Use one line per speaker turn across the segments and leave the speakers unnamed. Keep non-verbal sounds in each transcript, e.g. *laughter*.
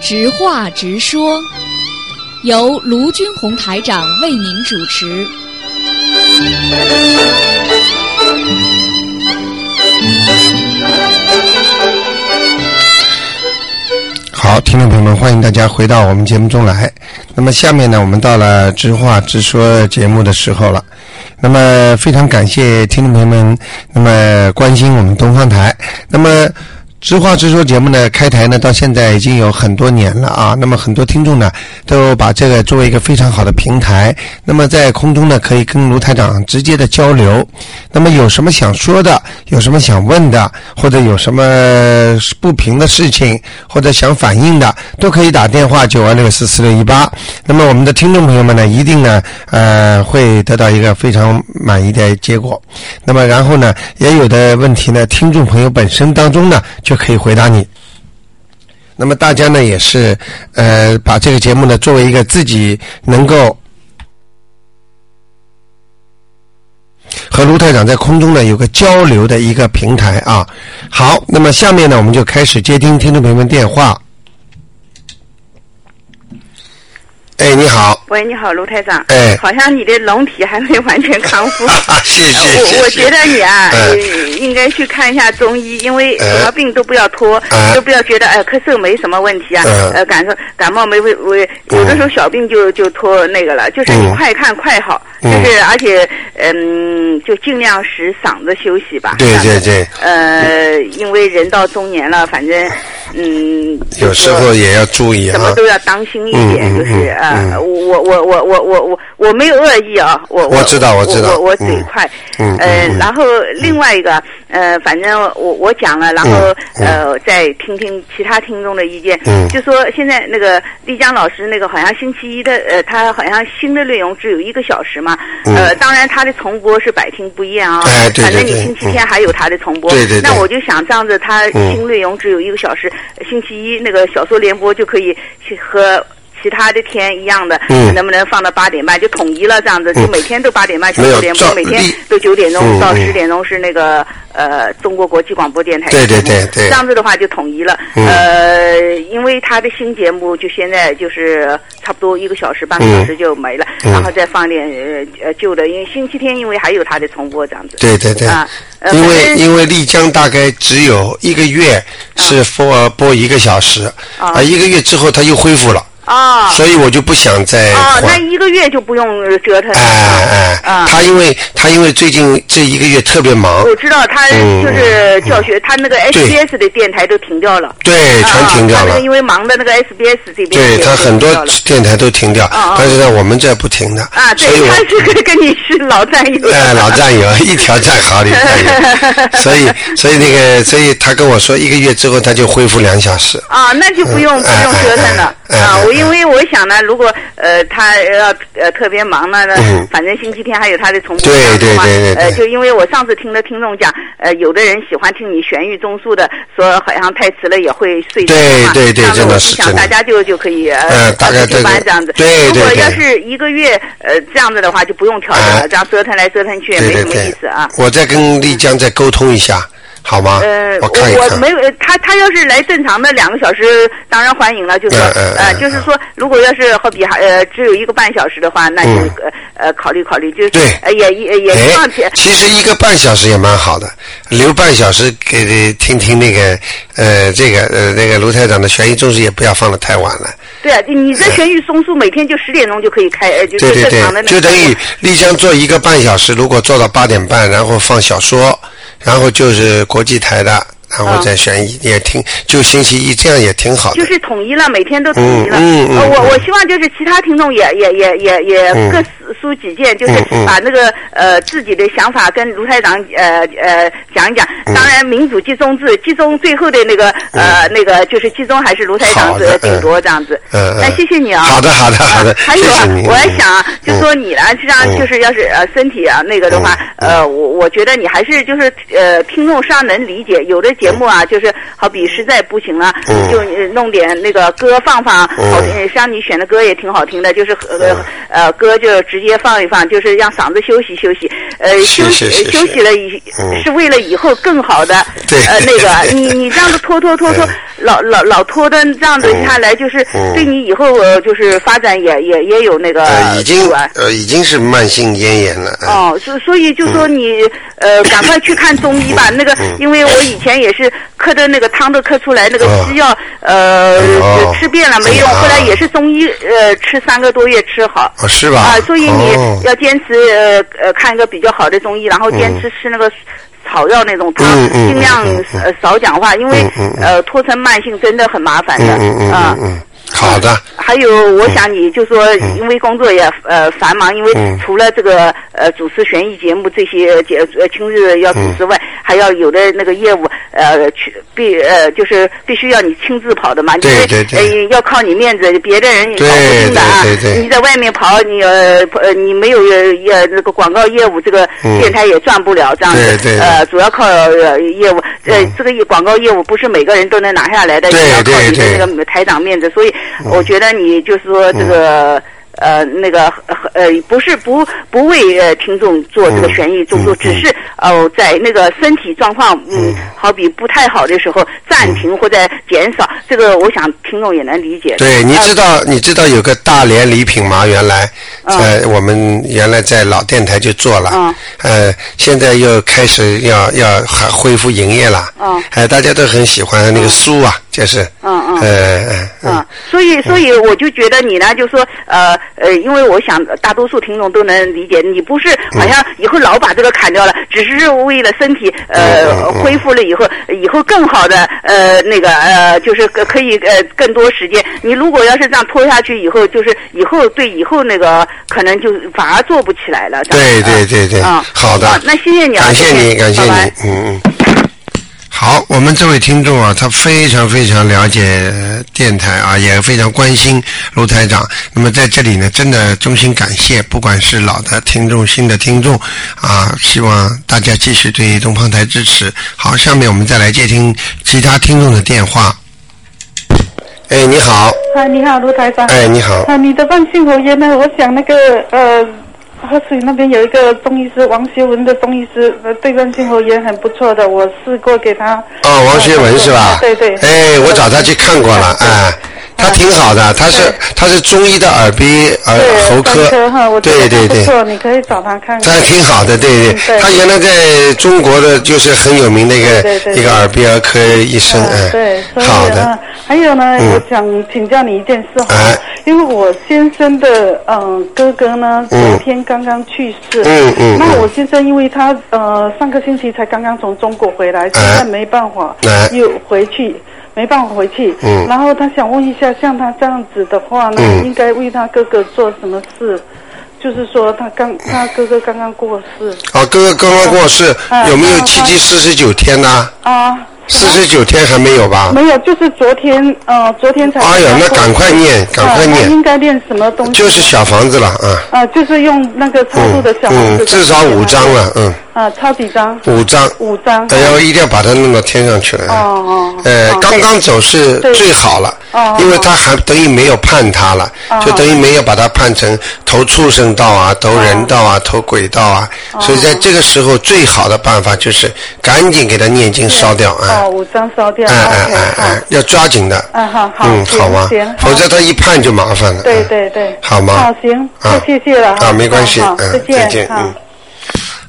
直话直说，由卢军红台长为您主持。
好，听众朋友们，欢迎大家回到我们节目中来。那么下面呢，我们到了直话直说节目的时候了。那么非常感谢听众朋友们，那么关心我们东方台。那么直话直说节目呢，开台呢到现在已经有很多年了啊。那么很多听众呢都把这个作为一个非常好的平台，那么在空中呢可以跟卢台长直接的交流。那么有什么想说的，有什么想问的，或者有什么不平的事情，或者想反映的，都可以打电话九二六四四六一八。那么我们的听众朋友们呢，一定呢，呃，会得到一个非常满意的结果。那么然后呢，也有的问题呢，听众朋友本身当中呢，就可以回答你。那么大家呢，也是呃，把这个节目呢，作为一个自己能够和卢台长在空中呢有个交流的一个平台啊。好，那么下面呢，我们就开始接听听众朋友们电话。哎，你好，
喂，你好，卢台长。
哎
好像你的龙体还没完全康
*laughs*
复。
啊，谢谢谢谢。
我我觉得你啊，
哎
呃应该去看一下中医，因为
哎
什么病都不要拖，
哎
都不要觉得哎咳嗽没什么问题啊
嗯，
呃感受感冒没问问，有的时候小病就就拖那个了，就是你
嗯
快看快好，就
嗯
是而且嗯，就尽量使嗓子休息吧。
对对
嗓子。
对，
呃，因为人到中年了，反正嗯，就
有时
说
候也要注意
什么
啊。
都要当心一点，
嗯嗯
就是
嗯
呃，
嗯
我我我我我我我没有恶意啊，我
我知道
我
我知道
我我
嗯
嘴快，
嗯嗯
呃，
嗯
然后另外一个呃，反正我我讲了，然后
嗯
呃，再听听其他听众的意见
嗯，
就说现在那个丽江老师那个好像星期一的呃，他好像新的内容只有一个小时嘛，呃，当然他的重播是百听不厌啊，
嗯哎对
反正
对
你
对
星期
嗯
天还有他的重播，
对对对
那我就想这样子，他
嗯
新内容只有一个小时，星期一那个小说联播就可以去和。其他的天一样的，
嗯
能不能放到八点半就统一了？这样子就每天都八点半小
没有
说联播
照，
每天
例
都九点钟
嗯
到
嗯
十点钟是那个呃中国国际广播电台。
对对对对
这样子的话就统一了。
嗯
呃，因为他的新节目就现在就是差不多一个小时半个小时就没了，
嗯
然后再放点呃呃旧的，因为星期天因为还有他的重播这样子。
对对对，
啊，呃
因
反
为
正
因为丽江大概只有一个月是播播一个小时，
啊
啊，一个月之后它又恢复了，
啊。
所以我就不想再
哦，那
换。
一个月就不用折腾了。
哎哎
啊，，
他因为他因为最近这一个月特别忙，
我知道他
嗯
就是教学，他那个 SBS 的电台都停掉了。
对，全停掉
啊他那
了
个。因为忙的那个 SBS 这边
对
也
他很多
停掉了
电台都停掉
啊啊，
但是呢，我们这不停的
啊，，
所以
对，
我
他是跟跟你是老战友。 *laughs*
哎，老战友，一条战壕里战友，所以所以那个，所以他跟我说，一个月之后他就恢复两小时。
啊，那就不
*laughs*
用、
嗯
不用折腾了、
哎哎哎
啊！
哎
我
哎
因为我想呢，如果呃他要呃特别忙呢，那
嗯
反正星期天还有他的重播
对
当中嘛
对对对对
呃，就因为我上次听的听众讲，呃，有的人喜欢听你玄玉中枢的，说好像太迟了也会睡着
对
嘛。
对对
这样子
真的
我就是想
真的
大家就就可以
呃
呃
大概
按部就班
对对
这样子。
对对
如果
对
要是一个月呃这样子的话，就不用调整
哎
了，这样折腾来折腾去也
对
没
对
什么
对
意思啊。，
我再跟丽江再沟通一下，好吗？
呃，
我看一
我
看
没。有呃他，他要是来正常的两个小时，当然欢迎了。就是说
嗯嗯
呃，
嗯
就是说，如果要是好比还呃只有一个半小时的话，那就
嗯
呃呃考虑考虑，就是
对
呃也也也希望
哎，其实一个半小时也蛮好的，留半小时给听听那个呃，这个呃，那个卢台长的悬疑中枢也不要放的太晚了。
对啊，你这玄玉松树每天就十点钟就可以开，呃 *laughs* 就
对
是
对
正
对
常的，那
就
个
等于丽江做一个半小时，如果做到八点半，然后放小说，然后就是国际台的，然后再悬疑也挺，就星期一这样也挺好的
嗯就。是统一了，每天都统一了。
嗯嗯
呃
嗯
我我希望就是其他听众也也也也也
嗯
各抒己见，就是
嗯嗯
把那个呃自己的想法跟卢台长呃呃讲一讲。
嗯
当然，民主集中制，集中最后的那个呃那个就是集中还是卢台长
好的
子顶多这样子。
嗯嗯
那谢谢你啊。
好的好的好的
啊 *laughs* 还有啊
谢谢，你
我还想啊，就
嗯嗯
说你呢，实际上就是要是呃身体啊那个的话，呃，我我觉得你还是就是呃听众上能理解，有的节目啊，就是好比实在不行了，
嗯
就呃弄点那个歌放放，
嗯
好听，像你选的歌也挺好听的，就是呃呃歌就直接放一放，就是让嗓子休息休息，呃
是
休息
是是
休息了以
嗯
是为了以后更好的
对 *laughs*
呃那个，你你这样子拖拖拖拖，老老老拖的这样子下来，就是
嗯
对你以后呃就是发展也也也有那个
呃，已经
阻碍
呃已经是慢性咽炎了。嗯
哦，所所以就说你呃，赶快去看中医吧。
嗯
那个，因为我以前也是磕的那个汤都磕出来，那个
哦
西药呃
哦
吃遍了没用，
这样啊
后来也是中医呃吃三个多月吃好。
哦，是吧？
啊，所以
哦
你要坚持呃呃看一个比较好的中医，然后坚持吃那个草药那种汤，
嗯嗯
尽量
嗯
呃少讲话，因为、
嗯嗯嗯
呃拖成慢性真的很麻烦的
嗯嗯嗯
啊。
嗯嗯，好的，
还有，我想你就说，因为工作也呃繁忙，因为
嗯
除了这个呃主持悬疑节目这些节呃亲自要主
嗯
持外，还要有的那个业务呃去必呃就是必须要你亲自跑的嘛，
对
因为
对对
呃要靠你面子，别的人你搞不定的啊
对对对对。
你在外面跑，你呃呃你没有呃呃那个广告业务，这个
嗯
电台也赚不了这样
对对
子。呃，主要靠呃业务，呃
嗯
这个广告业务不是每个人都能拿下来的，
对
也要靠
对
你的
对
那个嗯台长面子，所以
嗯
我觉得你就是说这个。呃，那个呃，不是不不为呃听众做这个
嗯
悬疑著作，
嗯
只是哦、在那个身体状况嗯，好比不太好的时候
嗯
暂停或者减少，这个我想听众也能理解。
对，你
呃
知道你知道有个大连礼品嘛？原来
嗯
在我们原来在老电台就做了
嗯，
呃，现在又开始要要还恢复营业了
嗯，
哎，大家都很喜欢那个酥啊，就是，
嗯嗯
呃嗯
嗯，所以所以我就觉得你呢，就说呃呃，因为我想大多数听众都能理解，你不是好像以后老把这个砍掉了，只是为了身体
嗯
呃
嗯嗯
恢复了以后，以后更好的呃那个呃就是可可以呃更多时间。你如果要是这样拖下去以后，就是以后对以后那个可能就反而做不起来了。这
对
样
对
嗯
对对
啊，
好的
啊那谢谢你啊，
感谢
谢
你，感谢
拜拜
你，嗯嗯。好，我们这位听众啊，他非常非常了解呃电台啊，也非常关心卢台长。那么在这里呢，真的衷心感谢，不管是老的听众、新的听众啊，希望大家继续对东方台支持。好，下面我们再来接听其他听众的电话。哎，你好，
嗨，你好，卢台长。
哎，你好，
啊，你的万幸侯爷呢？我想那个呃，河水那边有一个中医师王学文的中医师，呃，对万幸侯爷很不错的，我试过给他。
哦，王学文是吧？
对对。
哎，我找他去看过了，哎，他挺好的，他是
对
他是中医的耳鼻耳
嗯对，
喉
专科哈，我觉
对
得
呃对
他不
对。
错，你可以找他看
他还
看。
挺好的，对对，
对
他原来在中国的就是很有名的一
对对
个
对
一个耳鼻喉科医生，
嗯，对
哎，，
所以
好
嗯
的，
还有呢，
嗯
我想请教你一件事哈
哎，
因为我先生的嗯哥哥呢，昨
嗯
天刚刚去世，
嗯嗯
那
嗯
我先生因为他呃上个星期才刚刚从中国回
啊
来，现在没办法
哎
又回去。没办法回去，
嗯
然后他想问一下，像他这样子的话呢，
嗯
应该为他哥哥做什么事？就是说，他刚他哥哥刚刚过世
好，哦哥哥刚刚过世，
哎
有没有
那
七七四十九天呢？
啊，
四十九天还没有吧？
没有，就是昨天，呃，昨天才。
哎呀，那赶快念，赶快
啊那
念，
应该练什么东西？
就是小房子了啊，
啊，就是用那个超度的
嗯
小房子
嗯，至少五张了，嗯，
啊，超几张？
五张，
五张。
哎呀，一定要把它弄到天上去了。
哦哦
呃
哦，
刚刚走是
对
最好了
哦，
因为他还等于没有判他了，就等于没有把他判成投畜生道
哦
啊、投人道啊、投鬼道啊，所以在这个时候最好的办法就是赶紧给他念经烧掉啊
哦，，五张烧掉。
哎哎
OK，
哎
好
哎，。要抓紧的，
嗯，好好，
嗯，
行
好吗
行，？好
否则他一判就麻烦了。
对
嗯
对对，
好吗
好，行，
啊
太谢谢了哈
啊，没关系，
好好
嗯
再，
再
见，
见，
好
嗯。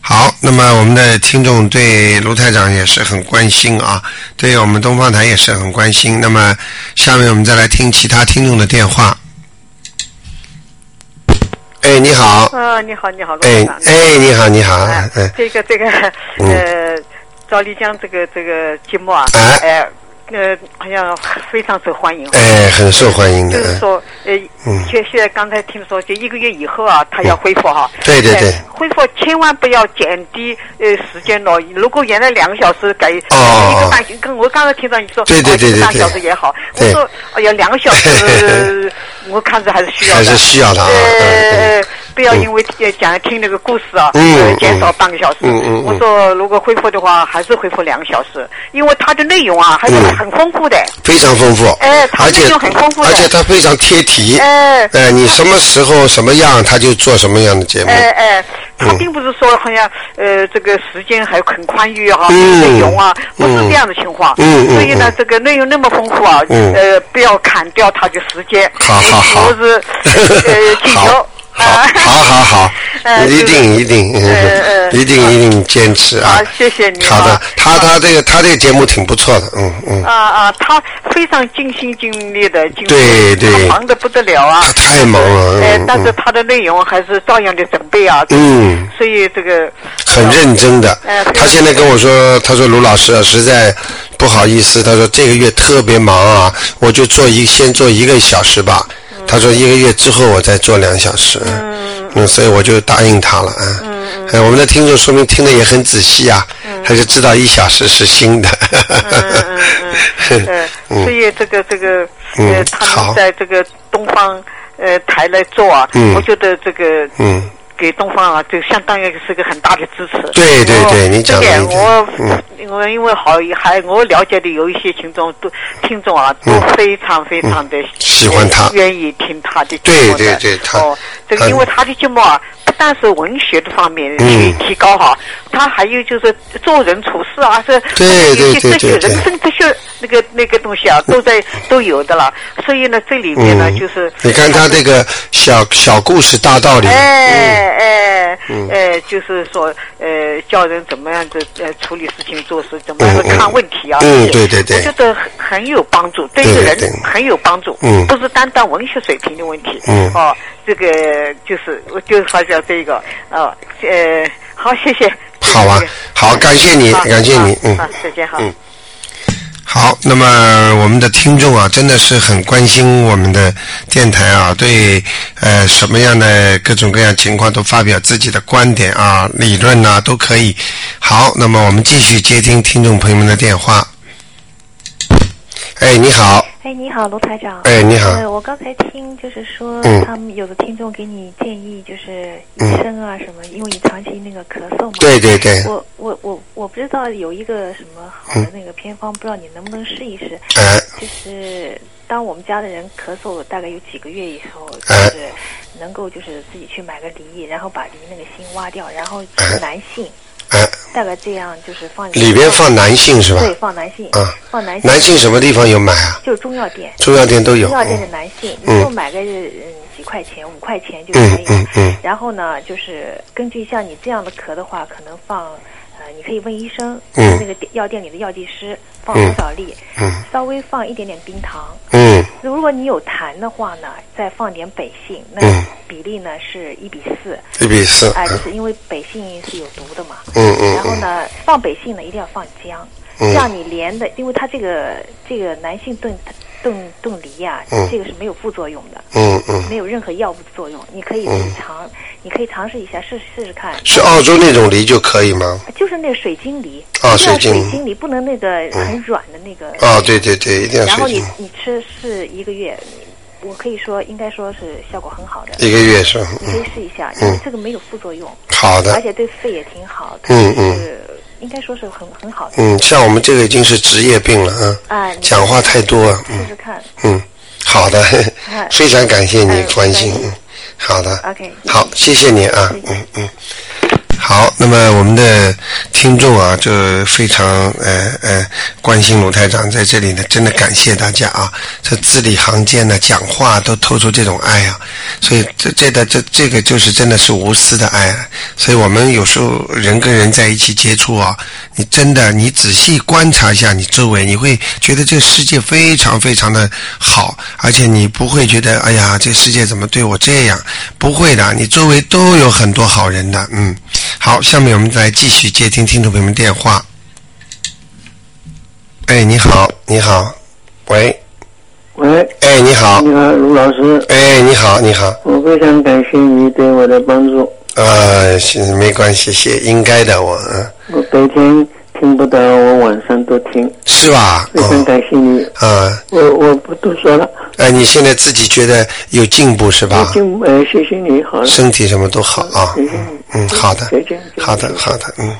好，那么我们的听众对卢台长也是很关心啊，对我们东方台也是很关心。那么下面我们再来听其他听众的电话。哎，你好，
啊，你好，你好，罗
哎
先生。
哎，你好，你好，
哎
嗯，
这个这个呃，赵丽江这个这个节目啊，
哎
哎，呃，好像非常受欢迎。啊
哎，很受欢迎的
就，是
嗯
说，呃，现现在刚才听说，就一个月以后啊，他要恢复哈。
对对
哎
对
恢复千万不要减低呃时间咯，如果原来两个小时改一
哦
个半，跟我刚才听到你说，
对对对
哦一个半
对对
小时也好，我
对
说，哎呀，两个小时，我看着还是需要
*laughs* 还
的。
是需要的啊。嗯嗯
呃，不要因为呃讲听那个故事啊，
嗯
呃
嗯
减少半个小时。
嗯嗯嗯
我说如果恢复的话，还是恢复两个小时，因为它的内容啊还是
嗯
很丰富的。
非常丰富，
哎它
而且
内容很丰富的
而且它非常贴题，
哎
哎，你什么时候什么样，他就做什么样的节目，
哎哎，
他并不是说好像呃这个时间还很宽裕啊，
嗯
内容啊不是
嗯
这样的情况，
嗯嗯
所以呢
嗯
这个内容那么丰富啊，
嗯
呃不要砍掉它的时间，
好好好
我是
*laughs*
呃请求
好。
啊
好，好好好，
呃
一
就是
定一定，*laughs*
呃
一定一定坚持啊
好！谢谢你
好的
啊，
他他这个他这个节目挺不错的，嗯嗯，
*laughs* 啊啊，他非常尽心尽力的，尽
对对
他忙得不得了啊
他，太忙了，
呃
嗯，
但是
嗯
他的内容还是照样的准备啊，
嗯，
所以这个
很认真的
呃。
他现在跟我说，他说卢老师啊，实在不好意思，他说这个月特别忙啊，我就做一先做一个小时吧。
嗯
他说一个月之后我再做两小时，嗯，所以我就答应他了啊。
嗯
哎，我们的听众说明听的也很仔细啊，他就知道一小时是新的。
嗯嗯嗯呃，所以这个这个
嗯
呃，他
好
们在这个东方呃台来做啊，
嗯
我觉得这个
*laughs* 嗯
给东方啊，就相当于是个很大的支持。
对对
我
对你讲得
这点
一定
我
嗯
我因为好还我了解的有一些听众都听众啊，都非常非常的
嗯喜欢他
愿意听他的节
对
目的
对对他
哦，这
他
个因为他的节目啊，不但是文学的方面去
嗯
提高哈，他还有就是做人处事啊，是
对对
有些
对
哲
对
学
对
人生哲学那个那个东西啊，都在都有的了。所以呢，这里面呢
嗯，
就是
你看他这个小小故事大道理，嗯
哎哎哎，就是说呃，教人怎么样子呃处理事情、做事，怎么样子
嗯嗯
看问题啊。
嗯
这
对
些
对对
我觉得很很有帮助，对一
对
个
对
人
对
很有帮助。
嗯
不是单单文学水平的问题。
嗯
哦，这个就是我就发表这个哦，呃，好，谢谢。
好啊
谢谢
好感谢你
好
感谢你
好
嗯
好，再见，好。
嗯好，那么我们的听众啊，真的是很关心我们的电台啊，对呃什么样的各种各样情况都发表自己的观点啊、理论呐、都可以。好，那么我们继续接听听众朋友们的电话。哎，你好，
哎，你好，卢台长。
哎你好
呃，我刚才听就是说，
嗯
他们有的听众给你建议，就是医
嗯
生啊什么，因为你长期那个咳嗽嘛。
对对对，嗯
我我我我不知道有一个什么好的那个偏方，不知道你能不能试一试。
哎，
就是当我们家的人咳嗽大概有几个月以后，就
哎
是能够就是自己去买个梨，然后把梨那个心挖掉，然后
哎
男性
哎，
大概这样就是放
里边放男性是吧？
对放男性
啊
放男性
男性什么地方有买啊？
就是中药店。
中药店都有
中。药店的男性，
嗯
你就买个嗯几块钱、五块钱就可以。
嗯嗯嗯
然后呢，就是根据像你这样的咳的话，可能放呃，你可以问医生，
嗯
那个店药店里的药剂师放
嗯
多少粒，
嗯
稍微放一点点冰糖。
嗯
如果你有痰的话呢，再放点北杏，那
嗯
比例呢是一比四。
嗯，一比四。
啊，就是因为北杏是有毒的嘛。
嗯嗯
然后
嗯
呢，放北杏呢一定要放姜，
嗯
这样你连的，因为它这个这个男性炖炖炖梨呀、
嗯
这个是没有副作用的，
嗯嗯，
没有任何药物作用，你可以自己尝，你可以尝试一下试试试看。
是澳洲那种梨就可以吗？
就是那个水晶梨，
啊
一定
水
要
晶
水
梨
晶梨不能那个很软的那个。
哦，对对对，一定要
然后
水
你
晶。
你吃是一个月，我可以说应该说是效果很好的，
一个月是吧？
你可以
嗯，
试一下，
嗯
因为这个没有副作用。
好
而
的。
且对肺也挺好，它
哎嗯
就是应该说是很很好的。
嗯，像我们这个已经是职业病了啊，
哎，你
讲话太多啊。
试
嗯
试看。
嗯，好 *laughs* 的，
哎
非常感谢你
哎
关心
没。关
啊嗯，好的。
OK
好，谢谢你啊。嗯嗯。好，那么我们的听众啊，就非常呃呃关心卢台长在这里呢，真的感谢大家啊！这字里行间呢，讲话都透出这种爱啊，所以这这的这这个就是真的是无私的爱、啊。所以我们有时候人跟人在一起接触啊，你真的你仔细观察一下你周围，你会觉得这个世界非常非常的好，而且你不会觉得哎呀，这世界怎么对我这样？不会的，你周围都有很多好人的，嗯。好，下面我们来继续接听听众朋友们电话。哎，你好，你好，喂，
喂，
哎，你好
你，好，卢老师，
哎，你好，你好，
我非常感谢你对我的帮助。
呃，是没关系，谢，应该的，我，嗯，
我白天听不到，我晚上都听，
是吧？
非常感谢你。
嗯，啊，
我我不多说了，
哎，你现在自己觉得有进步是
我
吧？
就呃，谢谢你，好了，
身体什么都好啊，
谢谢你，
嗯，好的
再见，再见
好的，好的，嗯。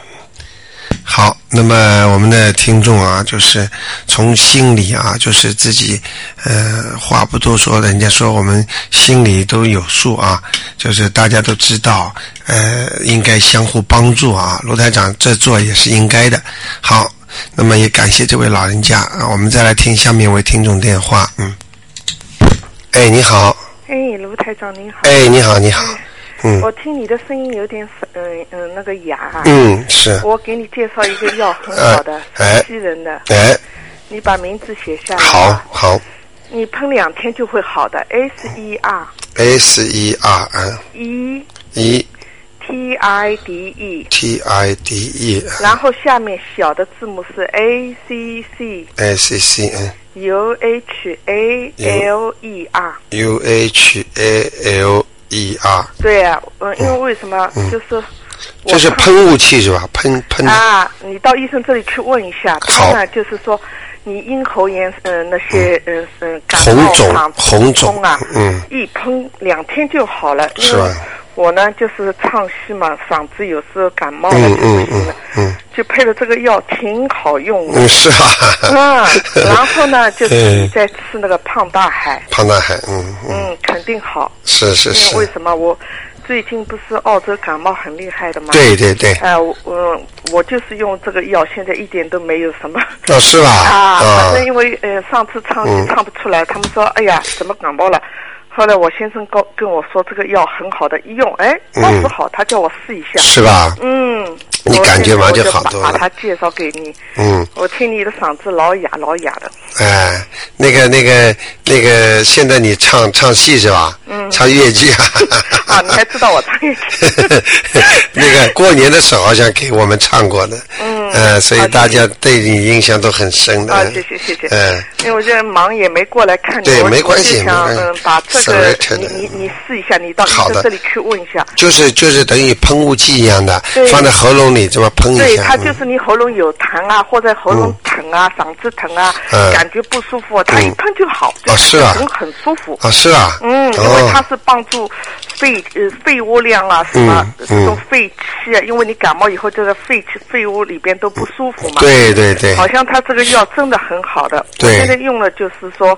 好，那么我们的听众啊，就是从心里啊，就是自己呃话不多说，人家说我们心里都有数啊，就是大家都知道，呃，应该相互帮助啊。卢台长这做也是应该的。好，那么也感谢这位老人家，啊我们再来听下面一位听众电话，嗯，哎，你好，
哎，卢台长您好，
哎，你好，你好，嗯
我听你的声音有点粉嗯嗯那个哑，
嗯，是， *laughs*
我给你介绍一个药很好的
哎
西人的，
哎，
你把名字写下来，
好，好
你喷两天就会好的，S E R
，S E R N
E
E
T I D E，
T I D E
然后下面小的字母是 A C C
S C N
U H A L E R，
U H A L E R，
对啊，嗯，因为为什么就是我
这是
看
喷雾器是吧？喷喷的，
啊，你到医生这里去问一下，
嗯好
他呢就是说你咽喉炎嗯、呃那些嗯嗯、感
红
冒
肿
啊
红肿
痛啊，
嗯，
一喷两天就好了，因
是
为
吧
我呢就是唱戏嘛，嗓子有时候感冒啊了
嗯嗯
就不行
嗯
了，
嗯
就配了这个药挺好用的。
嗯，是啊， *laughs*
嗯，然后呢，就是你
嗯
再吃那个胖大海，
庞大海， *laughs* 嗯嗯，
嗯，肯定好。
是是
因为为
是，
什么我最近不是澳洲感冒很厉害的吗？
对对对，
哎、我我我就是用这个药，现在一点都没有什么。
哦是吧？
啊，
啊
*laughs* 反正因为呃上次唱
嗯
戏唱不出来，他们说哎呀怎么感冒了，后来我先生跟跟我说这个药很好的，一用哎倒是好，他叫我试一下。
嗯是吧？
嗯，
你
我
感觉
现在
嘛
我
就
就
好多
把
了
把他介绍给你。
嗯，
*laughs* 我听你的嗓子老哑老哑的，
哎，那个那个那个，现在你唱唱戏是吧？嗯，唱越剧啊。
啊，你还知道我唱一
*laughs* 那个过年的时候好像给我们唱过的，嗯，呃，所以大家对你印象都很深的。
啊，谢谢谢谢。
嗯，
因为我现在忙也没过来看你，
对
我
没关系
我就想
没关
嗯
系
把这个
Sorry，
你你你试一下，你到医
好的
生这里去问一下。
就是就是等于喷雾剂一样的
对，
放在喉咙里这么喷一下。
对，它就
嗯
是你喉咙有痰啊，或者喉咙疼啊、嗓子疼啊，
嗯
感觉不舒服，啊它一
嗯
喷就好，
哦是啊
很很舒服。
啊，是啊，
嗯，因为它
哦，
是帮助肺呃肺窝量啊，什么
嗯
这种肺气啊，因为你感冒以后，这个肺气肺窝里边都不舒服嘛。
对对对，
好像它这个药真的很好的，我
对
现在用了就是说，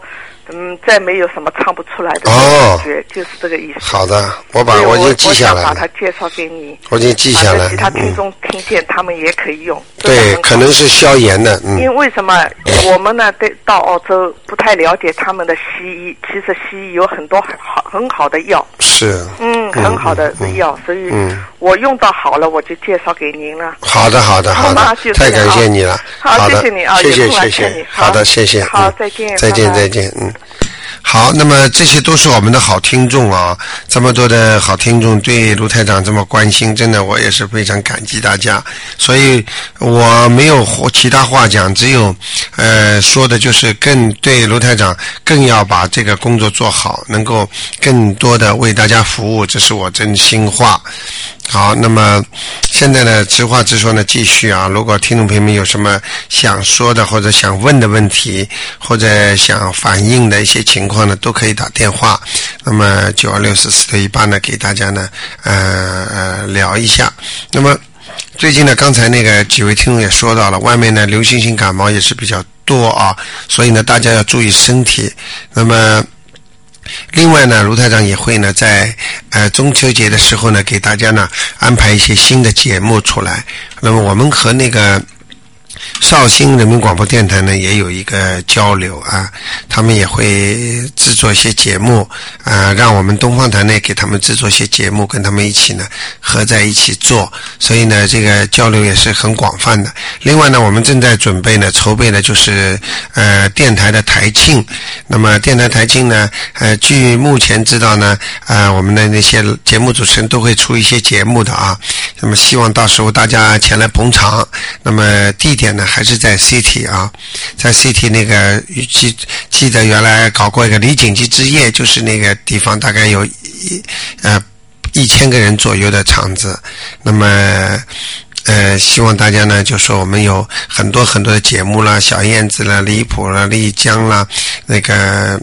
嗯，再没有什么唱不出来的
哦
感觉，就是这个意思。
好的，我把
对
我
我
已经记下
我
来
想把它
了，
介绍给你，
我已经记
把
下来
其他
了，
听
嗯，
众听见，他们也可以用。真的
对
很，好
可能是消炎的，嗯，
因为什么？我们呢，对到澳洲不太了解他们的西医，其实西医有很多很好很好的药，
是，
嗯，很好的药，所以
嗯
我用到好了，我就介绍给您了。
好的好的
好
好
吗
的
就，这
太
样
感谢你了，
好
的，
谢谢你啊
谢
有
谢
空
谢
来看
谢
你，
好
好
的，谢谢，
好
嗯
再见
再见
拜拜
再见，嗯。好，那么这些都是我们的好听众啊，这么多的好听众对卢台长这么关心，真的我也是非常感激大家。所以我没有或其他话讲，只有呃说的就是更对卢台长更要把这个工作做好，能够更多的为大家服务，这是我真心话。好，那么现在呢，直话直说呢，继续啊。如果听众朋友们有什么想说的或者想问的问题，或者想反映的一些情况呢，都可以打电话。那么九二六四四六一八呢，给大家呢，呃呃聊一下。那么最近呢，刚才那个几位听众也说到了，外面呢流行性感冒也是比较多啊，所以呢，大家要注意身体。那么。另外呢，卢台长也会呢，在呃中秋节的时候呢，给大家呢安排一些新的节目出来。那么我们和那个绍兴人民广播电台呢也有一个交流啊，他们也会制作一些节目啊、让我们东方台呢给他们制作一些节目，跟他们一起呢合在一起做，所以呢这个交流也是很广泛的。另外呢，我们正在准备呢筹备呢就是呃电台的台庆，那么电台台庆呢，呃，据目前知道呢，呃，我们的那些节目主持人都会出一些节目的啊。那么希望到时候大家前来捧场。那么地点呢，还是在 CT 啊，在 CT 那个记记得原来搞过一个李锦记之夜，就是那个地方大概有一呃一千个人左右的场子。那么。呃，希望大家呢，就说我们有很多很多的节目啦，小燕子啦、离谱啦、丽江啦，那个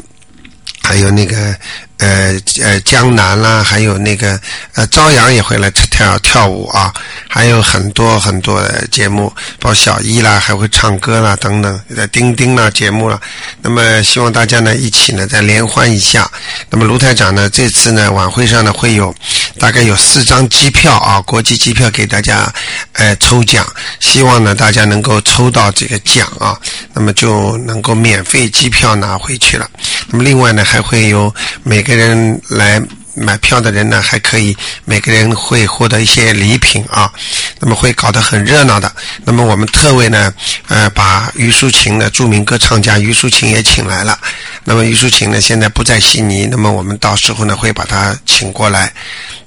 还有那个呃呃江南啦、还有那个呃朝阳也会来跳跳跳舞啊，还有很多很多的节目，包括小一啦，还会唱歌啦等等，呃钉钉啦节目啦。那么希望大家呢一起呢再联欢一下。那么卢台长呢这次呢晚会上呢会有大概有四张机票啊，国际机票给大家呃抽奖，希望呢大家能够抽到这个奖啊，那么就能够免费机票拿回去了。那么另外呢，还会有每个人来买票的人呢，还可以每个人会获得一些礼品啊。那么会搞得很热闹的。那么我们特为呢，呃，把于淑琴的著名歌唱家于淑琴也请来了。那么于淑琴呢，现在不在悉尼，那么我们到时候呢会把她请过来。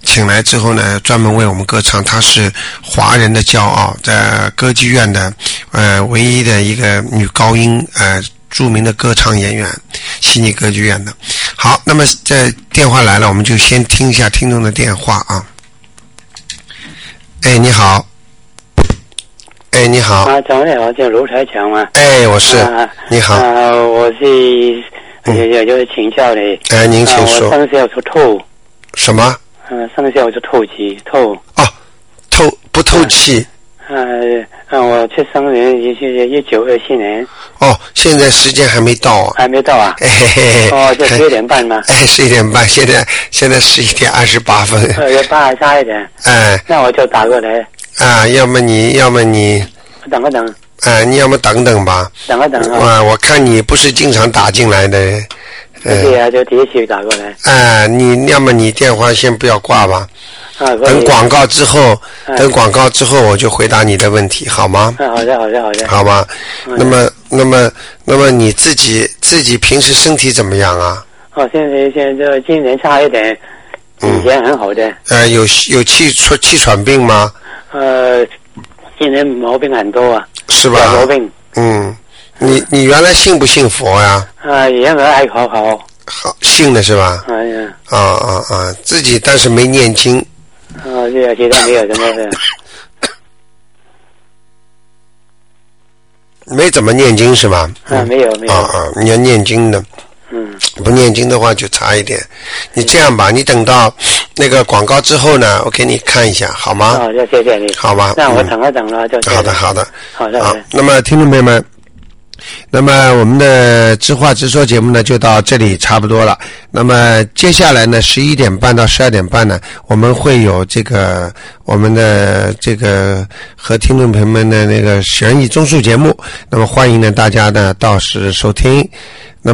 请来之后呢，专门为我们歌唱，她是华人的骄傲，在歌剧院的呃唯一的一个女高音呃著名的歌唱演员，悉尼歌剧院的。好，那么这电话来了，我们就先听一下听众的电话啊。哎，你好。哎，你好。
啊，早上好，叫卢台强吗？
哎，我是。
啊
你好。
啊，我是也也就是请教你。
哎您请说
啊我上校是透，
什么？
嗯、上校是透气透。
哦，透不透气？
呃、啊，我出生年也是一九二七年，
哦，现在时间还没到啊。
还没到啊。
哎嘿嘿嘿。
哦，就十一点半吗？
哎，十一点半，现在现在十一点二十八分。
二月八还差一点，
哎
那我就打过来，
啊，要么你，要么你，
等一等，
啊，你要么等等吧。
等一等啊，
啊，我看你不是经常打进来的人。
对
嗯，
啊，就第一次打过来
啊，你要么你电话先不要挂吧，
啊，可以
等广告之后，
哎
等广告之后我就回答你的问题，好吗？
啊，好的，好的，好的，
好吧，
哎
那么，那么，那么你自己自己平时身体怎么样啊？
我哦现在现在就今年差一点，
嗯
以前很好的，
呃，有有气喘气喘病吗？
呃，今年毛病很多啊，
是吧
小？毛病
嗯，你你原来信不信佛呀、
啊，以前我爱考考，
好，信的是吧？
哎呀，
啊啊啊！自己但是没念经，
啊，这个其他没有什么啊的，
没怎么念经是吧？
啊，没有没
啊
有，
啊！你要念经的，
嗯，
不念经的话就差一点。你这样吧，你等到那个广告之后呢，我给你看一下，好吗？
啊，就谢谢你，
好吧
那我
嗯
等一等了，就谢谢
好的，好的。
好的，好
好
的，，
那么听众朋友们，那么我们的知话直说节目呢就到这里差不多了。那么接下来呢，十一点半到十二点半呢，我们会有这个我们的这个和听众朋友们的那个悬疑综述节目。那么欢迎呢大家呢到时收听。那